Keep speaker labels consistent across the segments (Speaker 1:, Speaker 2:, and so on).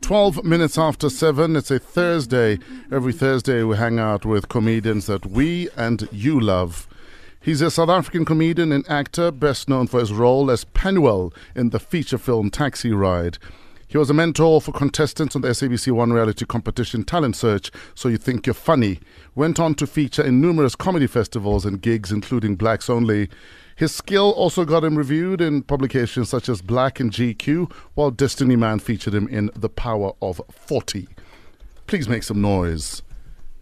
Speaker 1: 12 minutes after 7. It's a Thursday. Every Thursday, we hang out with comedians that we and you love. He's a South African comedian and actor, best known for his role as Penuel in the feature film Taxi Ride. He was a mentor for contestants on the SABC One reality competition Talent Search, So You Think You're Funny. Went on to feature in numerous comedy festivals and gigs, including Blacks Only. His skill also got him reviewed in publications such as Black and GQ, while Destiny Man featured him in The Power of 40. Please make some noise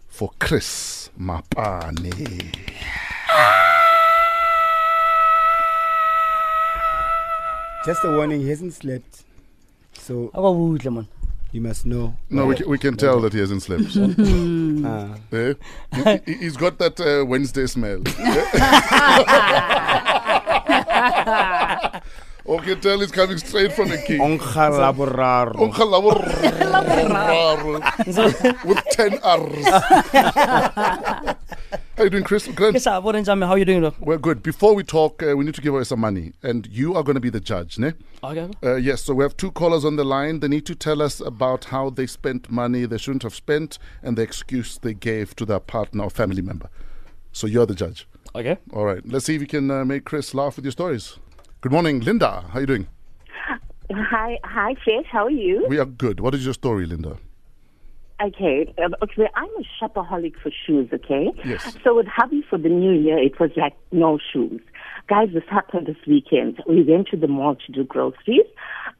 Speaker 1: for Chris Mapane.
Speaker 2: Just a warning, he hasn't slept. So
Speaker 3: akawudle man
Speaker 2: you must know. Ah.
Speaker 1: No, we, ca- we can tell that he hasn't slept.
Speaker 2: Uh,
Speaker 1: Eh? He- he- He's got that uh, Wednesday smell. or can tell it's coming straight from the king.
Speaker 2: Onkhalaboraro.
Speaker 1: Uncle Lawor- with 10 R's. How you doing, Chris? Grant?
Speaker 3: yes abona njami how you doing dog
Speaker 1: We're good. Before we talk, uh, we need to give away some money, and you are going to be the judge, ne?
Speaker 3: okay
Speaker 1: Uh, yes, so we have two callers on the line. They need to tell us about how they spent money they shouldn't have spent and the excuse they gave to their partner or family member. So you're the judge.
Speaker 3: okay
Speaker 1: All right, let's see if you can uh, make Chris laugh with your stories. Good morning, Linda. How you doing?
Speaker 4: Hi, hi, Jess. How are you?
Speaker 1: We are good. What is your story, Linda?
Speaker 4: Okay, um, okay. I'm a shopaholic for shoes. Okay.
Speaker 1: Yes.
Speaker 4: So with hubby for the new year, it was like no shoes. Guys, this happened this weekend. We went to the mall to do groceries.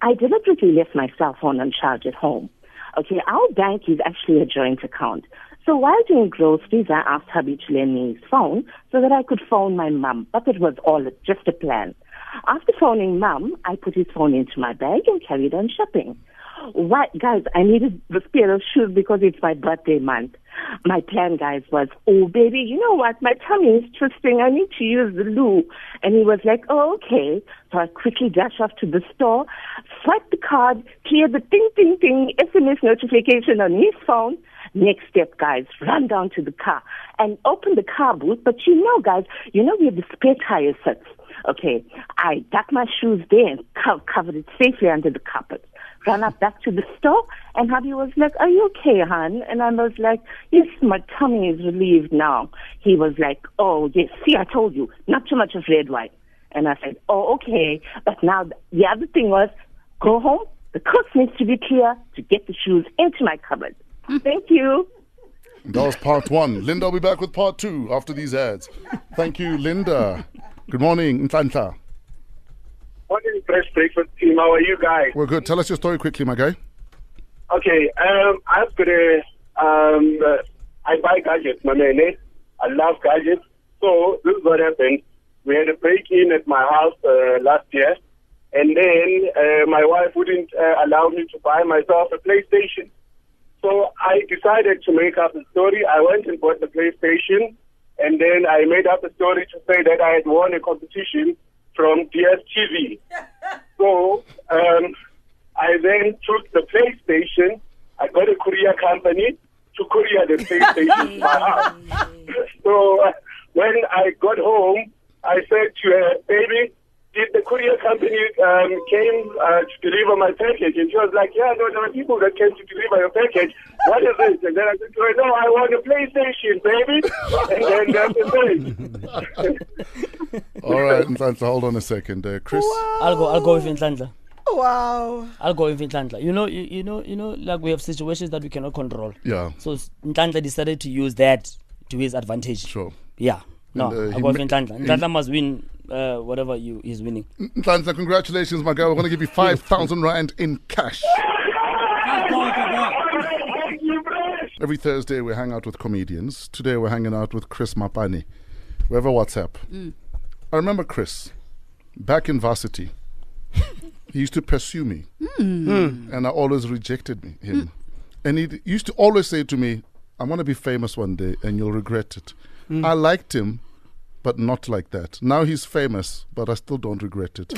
Speaker 4: I deliberately left my cell phone on charge at home. Okay, our bank is actually a joint account. So while doing groceries, I asked hubby to lend me his phone so that I could phone my mum. But it was all just a plan. After phoning mum, I put his phone into my bag and carried on shopping. Why, guys, I needed this pair of shoes because it's my birthday month. My plan, guys, was, oh, baby, you know what? My tummy is twisting. I need to use the loo. And he was like, oh, okay. So I quickly dash off to the store, swipe the card, clear the ding, ding, ding SMS notification on his phone. Next step, guys, run down to the car and open the car boot. But you know, guys, you know where the spare tire sits. Okay, I tucked my shoes there and co- covered it safely under the carpet. Ran up back to the store, and hubby was like, "Are you okay, hon?" And I was like, "Yes, my tummy is relieved now." He was like, "Oh yes, see, I told you, not too much of red wine." And I said, "Oh okay," but now th- the other thing was, go home. The coast needs to be clear to get the shoes into my cupboard.
Speaker 2: Mm.
Speaker 4: Thank you.
Speaker 1: That was part one. Linda will be back with part two after these ads. Thank you, Linda. Good morning, Ntlantla.
Speaker 5: Morning, Fresh Breakfast team. How are you guys?
Speaker 1: We're good. Tell us your story quickly, my guy.
Speaker 5: Okay, um, I've got a, um, uh, I buy gadgets, my man. Eh? I love gadgets. So this is what happened. We had a break-in at my house uh, last year, and then uh, my wife wouldn't uh, allow me to buy myself a PlayStation. So I decided to make up a story. I went and bought the PlayStation, and then I made up a story to say that I had won a competition from DSTV. So um, I then took the PlayStation. I got a courier company to courier the PlayStation to my house. So uh, when I got home, I said to her, "Baby, did the courier company um, came uh, to deliver my package?" And she was like, "Yeah, no, there were people that came to deliver your package. What is it?" And then I said, to her, "No, I want a PlayStation, baby." And then that's the thing.
Speaker 1: All right, Ntlantla, hold on a second. Uh, Chris,
Speaker 3: i'll go i'll go with inhlanhla
Speaker 1: Oh.
Speaker 6: Wow.
Speaker 3: i'll go with inhlanhla you know you, you know you know like we have situations that we cannot control
Speaker 1: yeah,
Speaker 3: so s- inhlanhla decided to use that to his advantage
Speaker 1: sure.
Speaker 3: yeah no
Speaker 1: And, uh, he Mm.
Speaker 3: i'll go with
Speaker 1: ma-
Speaker 3: inhlanhla inhlanhla must win uh, whatever you is winning
Speaker 1: Ntlantla, congratulations, my guy. We're going to give you 5,000 Rand in cash.
Speaker 5: Thank you, Brad.
Speaker 1: Every Thursday, we hang out with comedians. Today, we're hanging out with Chris Mapani. We have a WhatsApp. I remember Chris back in varsity. he used to pursue me, and I always rejected me, him. And he d- used to always say to me, "I'm gonna be famous one day, and you'll regret it." I liked him, but not like that. Now he's famous, but I still don't regret it.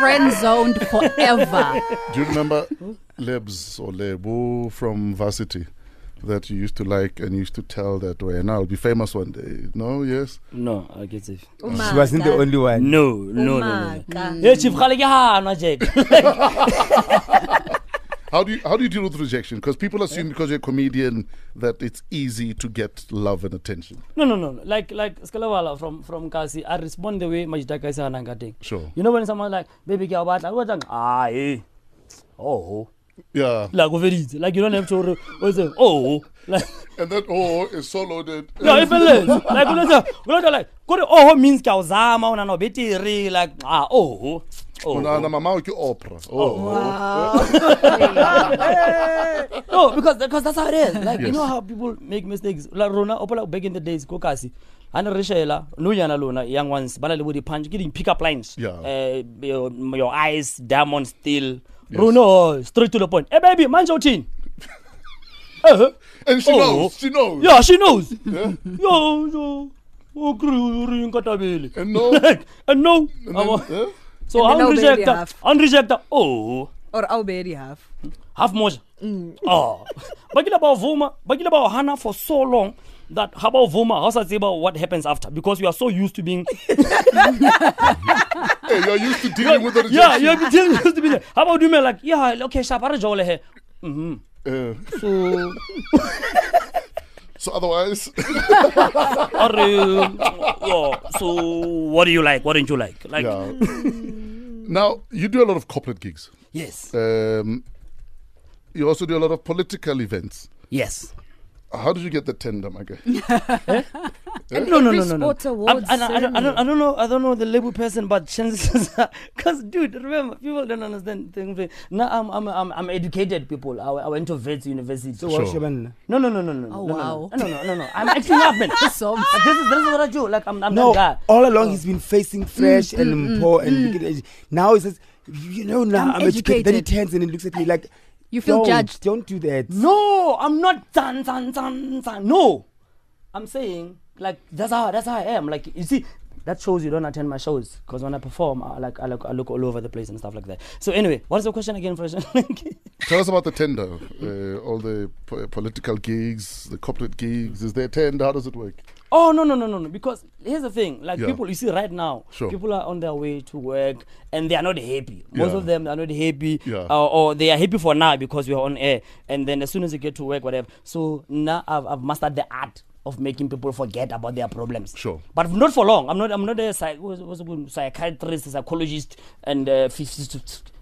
Speaker 7: friend zoned forever.
Speaker 1: Do you remember Lebs or Lebu from varsity that you used to like and used to tell that way? And I'll be famous one day. No, yes.
Speaker 3: no i get it
Speaker 7: Ah,
Speaker 2: She wasn't the only one.
Speaker 3: no no no no, no. ye chief khale ke hana jek
Speaker 1: How do you how do you deal with rejection? Because people assume because you're a comedian that it's easy to get love and attention.
Speaker 3: No, no, no. no. Like like Skalawala from from Kasi, I respond the way Majidaka is anangating.
Speaker 1: Sure.
Speaker 3: You know when someone like baby girl, what like what like ah eh, oh
Speaker 1: Yeah,
Speaker 3: like over it. Like you don't have to or say oh like
Speaker 1: and that oh is so loaded.
Speaker 3: no if it is like you know so- you know so like go to oh means kauzama una no betiri like ah oh oh.
Speaker 1: Na- na mama uki opera. Oh,
Speaker 3: no, because because that's how it is. Like you know how people make mistakes. Like Rona, open like back in the days, go kasi. ana re shela nou yana lona young ones ba na le bo di-punch ke di-pick up lines
Speaker 1: Yeah.
Speaker 3: Eh, your, your eyes diamond steel rona oh, straight to the point hey baby manje uthini Eh,
Speaker 1: and she
Speaker 3: Oh.
Speaker 1: knows. She knows.
Speaker 3: yeah she knows yo yo oh, ukrinkatabele
Speaker 1: And no.
Speaker 3: and Eh, no
Speaker 1: And then,
Speaker 3: Abo-
Speaker 1: eh?
Speaker 3: so
Speaker 7: And then
Speaker 3: I'm
Speaker 7: no baby
Speaker 3: rejector
Speaker 7: half.
Speaker 3: I'm rejector oh
Speaker 7: or already have.
Speaker 3: half moja
Speaker 1: Mm.
Speaker 3: oh bakile bawuvuma bakile bawuhana for so long that ha bawuvuma ha sa tseba what happens after because you are so used to being
Speaker 1: Hey, you're used to dealing with the
Speaker 3: yeah
Speaker 1: rejection.
Speaker 3: you have been used to be there ha bawudumela like yeah okay sharp a re jole
Speaker 1: Eh,
Speaker 3: he so
Speaker 1: so otherwise,
Speaker 3: a re yeah, so what do you like what don't you like like
Speaker 1: yeah. now you do a lot of corporate gigs.
Speaker 3: yes
Speaker 1: Um, you also do a lot of political events.
Speaker 3: yes
Speaker 1: How did you get the tender, my guy?
Speaker 3: no no no
Speaker 7: Chris
Speaker 3: no,
Speaker 7: Sports
Speaker 3: no.
Speaker 7: Awards um,
Speaker 3: I, I, don't- I, don't, I, don't,
Speaker 7: ceremony.
Speaker 3: I don't know I don't know the label person, but chances because dude, remember people don't understand things. Now I'm I'm I'm, I'm educated people. I, I went to Vets University. So
Speaker 1: Sure.
Speaker 2: Wa Shebana.
Speaker 3: No no no no no.
Speaker 7: Oh,
Speaker 3: no,
Speaker 7: wow.
Speaker 3: No no no no. no. I'm acting up, man. this is
Speaker 7: Some-
Speaker 3: Ah, this is what I do. Like I'm I'm
Speaker 2: No,
Speaker 3: that guy.
Speaker 2: all along he's been facing
Speaker 7: Mm,
Speaker 2: fresh and poor and wicked edge. Now he says, you know, now
Speaker 7: I'm
Speaker 2: I'm, educated. Then he
Speaker 7: educated.
Speaker 2: turns and he looks at me like,
Speaker 7: You feel
Speaker 2: don't,
Speaker 7: judged. Mm.
Speaker 2: Don't do that.
Speaker 3: No, I'm not tan tan tan tan. No, I'm saying like that's how that's how I am. Like you see, that shows you don't attend my shows because when I perform, I like I look I look all over the place and stuff like that. So anyway, what's the question again, first?
Speaker 1: Tell us about the tender, uh, all the po- political gigs, the corporate gigs. Is there a tender? How does it work?
Speaker 3: Oh no no no no no! Because here's the thing: like
Speaker 1: Yeah.
Speaker 3: people, you see right now,
Speaker 1: Sure.
Speaker 3: people are on their way to work and they are not happy. Most
Speaker 1: Yeah.
Speaker 3: of them are not happy,
Speaker 1: Yeah.
Speaker 3: uh, or they are happy for now because we are on air. And then as soon as you get to work, whatever. So now I've, I've mastered the art of making people forget about their problems.
Speaker 1: Sure.
Speaker 3: but not for long. I'm not I'm not a psych- what's- what's the word? psychiatrist, psychologist, and uh, physicist.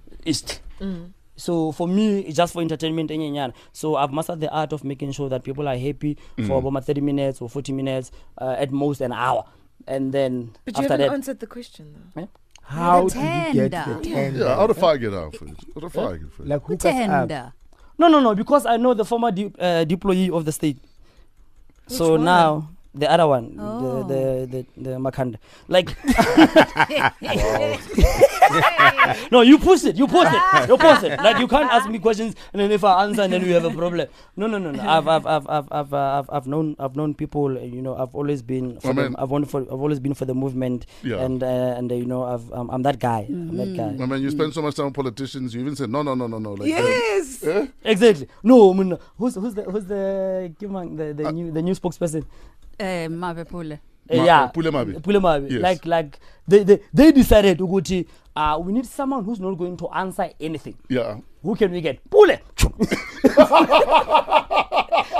Speaker 3: So for me, it's just for entertainment. eh, nyanyana. So I've mastered the art of making sure that people are happy for about my 30 minutes or 40 minutes, uh, at most an hour. And then
Speaker 6: But you
Speaker 3: after
Speaker 6: haven't
Speaker 3: that,
Speaker 6: answered the question though.
Speaker 2: How
Speaker 7: The
Speaker 2: do you get the
Speaker 7: tender.
Speaker 2: tender?
Speaker 1: Yeah, how the fire get out for it? How the fire get for it?
Speaker 2: Like who cuts up?
Speaker 7: Tender.
Speaker 3: no, no, no, because I know the former de- uh, deployee of the state. so
Speaker 7: one?
Speaker 3: now the other one,
Speaker 7: Oh.
Speaker 3: the, the, the, the Makanda. Like, no, you push it, you push
Speaker 7: Ah.
Speaker 3: it, you push it. Like, you can't ask me questions, and then if I answer, and then you have a problem. No, no, no, no. I've, I've, I've, I've, I've, uh, I've, I've known, I've known people. uh, You know, I've always been for
Speaker 1: I
Speaker 3: them.
Speaker 1: mean-
Speaker 3: I've, won for, I've always been for the movement,
Speaker 1: Yeah.
Speaker 3: and uh, and uh, you know, I've, um, I'm that guy. I'm that
Speaker 7: Mm-hmm.
Speaker 3: guy.
Speaker 1: I mean, you spend so much time with politicians. You even said no, no, no, no, no. Like, uh,
Speaker 6: Yes.
Speaker 3: Exactly. No, I mean, who's, who's the, who's the, the, the new, the new spokesperson.
Speaker 7: Eh, Mabepule.
Speaker 3: Uh,
Speaker 1: Uh, Ma-
Speaker 3: yeah.
Speaker 1: Pule Mabi.
Speaker 3: Pule Mabi.
Speaker 1: Yes.
Speaker 3: Like like they they, they decided Uguti, uh, we need someone who's not going to answer anything.
Speaker 1: yeah,
Speaker 3: Who can we get? Pule.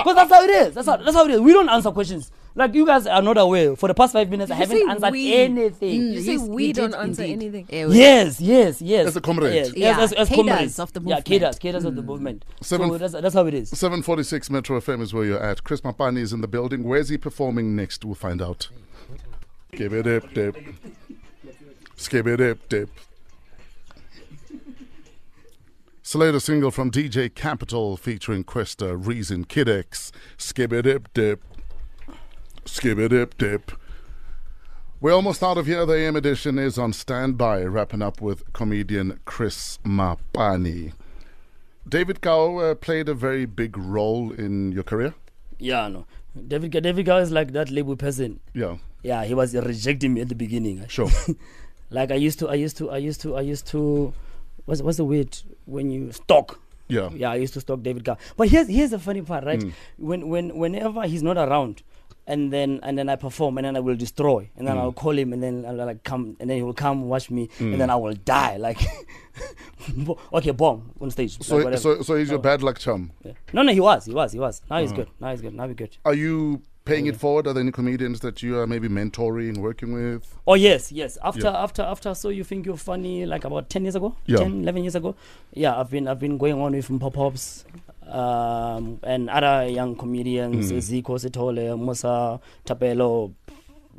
Speaker 3: Because that's how it is. That's how that's how it is. We don't answer questions. Like you guys are not aware. For the past five minutes, I
Speaker 6: you
Speaker 3: haven't
Speaker 6: say
Speaker 3: answered
Speaker 6: we? Mm,
Speaker 3: anything.
Speaker 6: You say
Speaker 7: Yes,
Speaker 6: we
Speaker 7: Mm, you
Speaker 6: don't
Speaker 7: did
Speaker 6: answer
Speaker 7: indeed.
Speaker 6: anything.
Speaker 7: Eh, we-
Speaker 3: Yes, yes, yes.
Speaker 1: As a comrade. Mm.
Speaker 3: Yes, yes,
Speaker 7: Yeah,
Speaker 3: as, as
Speaker 7: cadres
Speaker 3: comrades.
Speaker 7: of the movement.
Speaker 3: Yeah, cadres, cadres of the movement. so
Speaker 1: Seventh-
Speaker 3: that's, that's how it is.
Speaker 1: 746 Metro FM is where you're at. Chris Mapani is in the building. Where's he performing next? We'll find out. Give it up, dip. Skip it up, dip. Slater single from DJ Capital featuring Questa, Reason, Kid X. Skip it up, dip. Skip it up, dip. We're almost out of here. The AM edition is on standby, wrapping up with comedian Chris Mapani. David Gao uh, played a very big role in your career.
Speaker 3: Yeah, no. David Ga- David Gao is like that label person.
Speaker 1: Yeah,
Speaker 3: Yeah, he was rejecting me at the beginning.
Speaker 1: sure.
Speaker 3: like I used to, I used to, I used to, I used to. What's what's the word when you stalk?
Speaker 1: Yeah. Hmm.
Speaker 3: Yeah, I used to stalk David Carr. But here's here's the funny part, right? When when whenever he's not around, and then and then I perform, and then I will destroy, and
Speaker 1: Hmm.
Speaker 3: then I'll call him, and then I'll like come, and then he will come watch me, and then I will die. Like Bo- okay, bomb on stage. like
Speaker 1: So,
Speaker 3: whatever. Oh.
Speaker 1: so, so he's your bad luck chum.
Speaker 3: Yeah. No, no, he was, he was, he was. Now
Speaker 1: Uh-huh.
Speaker 3: he's good. Now he's good. Now we're good.
Speaker 1: Are you paying it forward? Are there any comedians that you are maybe mentoring, working with?
Speaker 3: Oh yes, yes. After after after so you think you're funny like about 10 years ago,
Speaker 1: Yeah.
Speaker 3: ten, eleven 10 11 years ago. Yeah, I've been I've been going on with Pop Pops um and other young comedians,
Speaker 2: Hmm.
Speaker 3: Zico Setole, Musa Tapelo,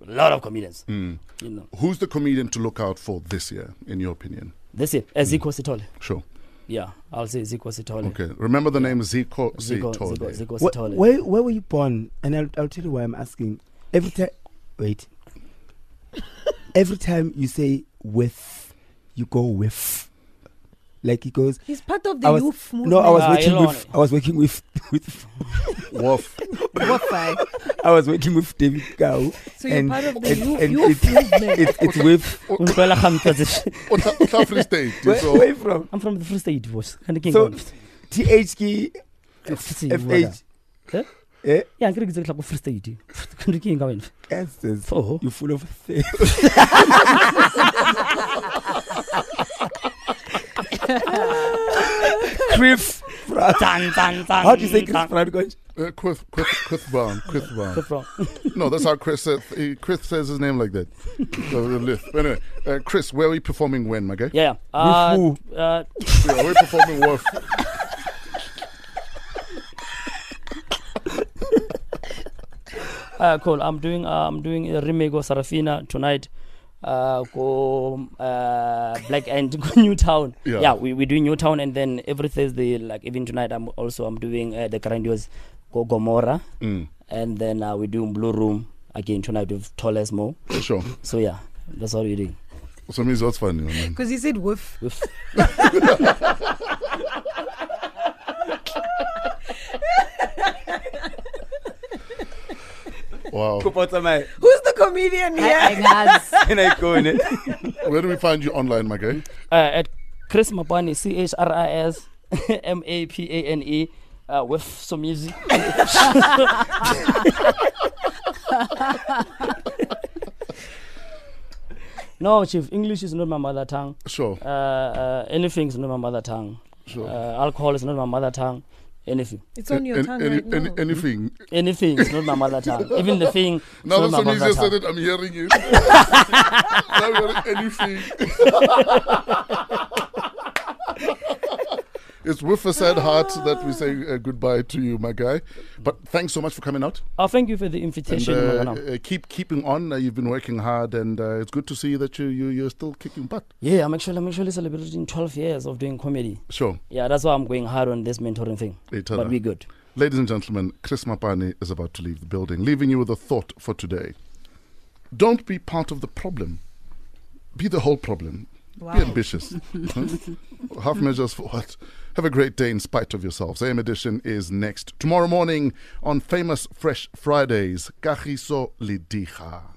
Speaker 3: a lot of comedians.
Speaker 2: Hmm.
Speaker 3: You know.
Speaker 1: Who's the comedian to look out for this year, in your opinion?
Speaker 3: That's it.
Speaker 2: Hmm.
Speaker 3: Uh, Zico Setole.
Speaker 1: Sure.
Speaker 3: Yeah, I'll say Zico Setole.
Speaker 1: Okay. Remember the name Zico
Speaker 3: Zico, Zico,
Speaker 1: Sitole.
Speaker 3: Zico
Speaker 2: Wh-
Speaker 3: Setole.
Speaker 2: where, where were you born? And I'll, I'll tell you why I'm asking. Every time, wait. Every time you say with, you go with. Like he goes.
Speaker 7: He's part of
Speaker 2: I
Speaker 7: the
Speaker 2: was-
Speaker 7: youth movement.
Speaker 2: No, I was
Speaker 3: Ah,
Speaker 2: working
Speaker 3: Elon.
Speaker 2: with. I was working with. with
Speaker 1: Woof.
Speaker 7: Wi-Fi.
Speaker 2: I was working with David Gao.
Speaker 7: So you're
Speaker 2: and-
Speaker 7: part of the
Speaker 2: and-
Speaker 7: youth,
Speaker 2: and
Speaker 7: youth
Speaker 2: it-
Speaker 7: movement.
Speaker 2: It, it's with.
Speaker 3: Utlwela gampe.
Speaker 1: Oh, South Free State.
Speaker 2: Where,
Speaker 1: So-
Speaker 2: where you from?
Speaker 3: I'm from the Free State, boss. Kanti ke
Speaker 2: So,
Speaker 3: ngone.
Speaker 2: THK
Speaker 3: Futhi
Speaker 2: FH.
Speaker 3: Eh?
Speaker 2: Eh?
Speaker 3: Yeah, ngiri ngitse khla Free State. Kanti ke ngawena.
Speaker 2: Answers.
Speaker 3: Oh.
Speaker 2: You're full of things. Criff.
Speaker 3: Tan tan tan.
Speaker 2: How do you say Criff
Speaker 4: Ah.
Speaker 3: tan.
Speaker 2: Francois?
Speaker 1: Uh, Quith, Quith, Quithbaum, Quithbaum.
Speaker 3: Chris Brown.
Speaker 1: No, that's how Chris says, he, Chris says his name like that. So, the lift. anyway, uh, Chris, where are we performing when, my guy?
Speaker 3: Yeah. yeah. Uh,
Speaker 2: who?
Speaker 3: uh,
Speaker 1: Yeah, we're performing Woof.
Speaker 3: uh, cool. I'm doing uh, I'm doing a remake of Sarafina tonight. Uh, go uh, Black End, go Newtown.
Speaker 1: Yeah.
Speaker 3: yeah we we doing Newtown, and then every Thursday, like even tonight, I'm also I'm doing uh, the grandiose go Gomora,
Speaker 1: Mm,
Speaker 3: and then uh, we doing Blue Room again tonight with Tallest Mo.
Speaker 1: sure.
Speaker 3: So yeah, that's what we're doing.
Speaker 1: So, means what's funny, man?
Speaker 7: Because he said woof.
Speaker 3: With
Speaker 1: Wow.
Speaker 2: Kupa Tsamai.
Speaker 7: Who's the comedian here?
Speaker 2: And I go in it.
Speaker 1: Where do we find you online, my guy?
Speaker 3: uh, at Chris Mapane, C H R I S M A P A N E, uh, with some music. no, Chief, English is not my mother tongue.
Speaker 1: Sure.
Speaker 3: Uh, uh, anything is not my mother tongue.
Speaker 1: Sure.
Speaker 3: Uh, alcohol is not my mother tongue. Anything.
Speaker 7: It's on your
Speaker 1: An-
Speaker 7: tongue
Speaker 1: any-
Speaker 7: right
Speaker 1: any-
Speaker 7: now.
Speaker 1: anything.
Speaker 3: Anything is not my mother tongue. Even the thing. is
Speaker 1: Now that
Speaker 3: not my
Speaker 1: somebody
Speaker 3: mother
Speaker 1: just
Speaker 3: tongue.
Speaker 1: said it, I'm hearing it. now we're hearing anything. it's with a sad heart that we say uh, goodbye to you, my guy. But thanks so much for coming out.
Speaker 3: Oh, thank you for the
Speaker 1: And,
Speaker 3: invitation.
Speaker 1: uh,
Speaker 3: Mangwana.
Speaker 1: uh, keep keeping on. Uh, you've been working hard, and uh, it's good to see that you, you you're still kicking butt.
Speaker 3: yeah, I'm actually, I'm actually celebrating 12 years of doing comedy.
Speaker 1: Sure,
Speaker 3: Yeah, that's why I'm going hard on this mentoring thing.
Speaker 1: Each
Speaker 3: But
Speaker 1: other.
Speaker 3: we good.
Speaker 1: ladies and gentlemen, Chris Mapani is about to leave the building, leaving you with a thought for today. Don't be part of the problem. Be the whole problem. Be
Speaker 7: Wow.
Speaker 1: ambitious. Hmm? Half measures for what? Have a great day in spite of yourselves. AM edition is next tomorrow morning on famous Fresh Fridays. Kajiso Lidija.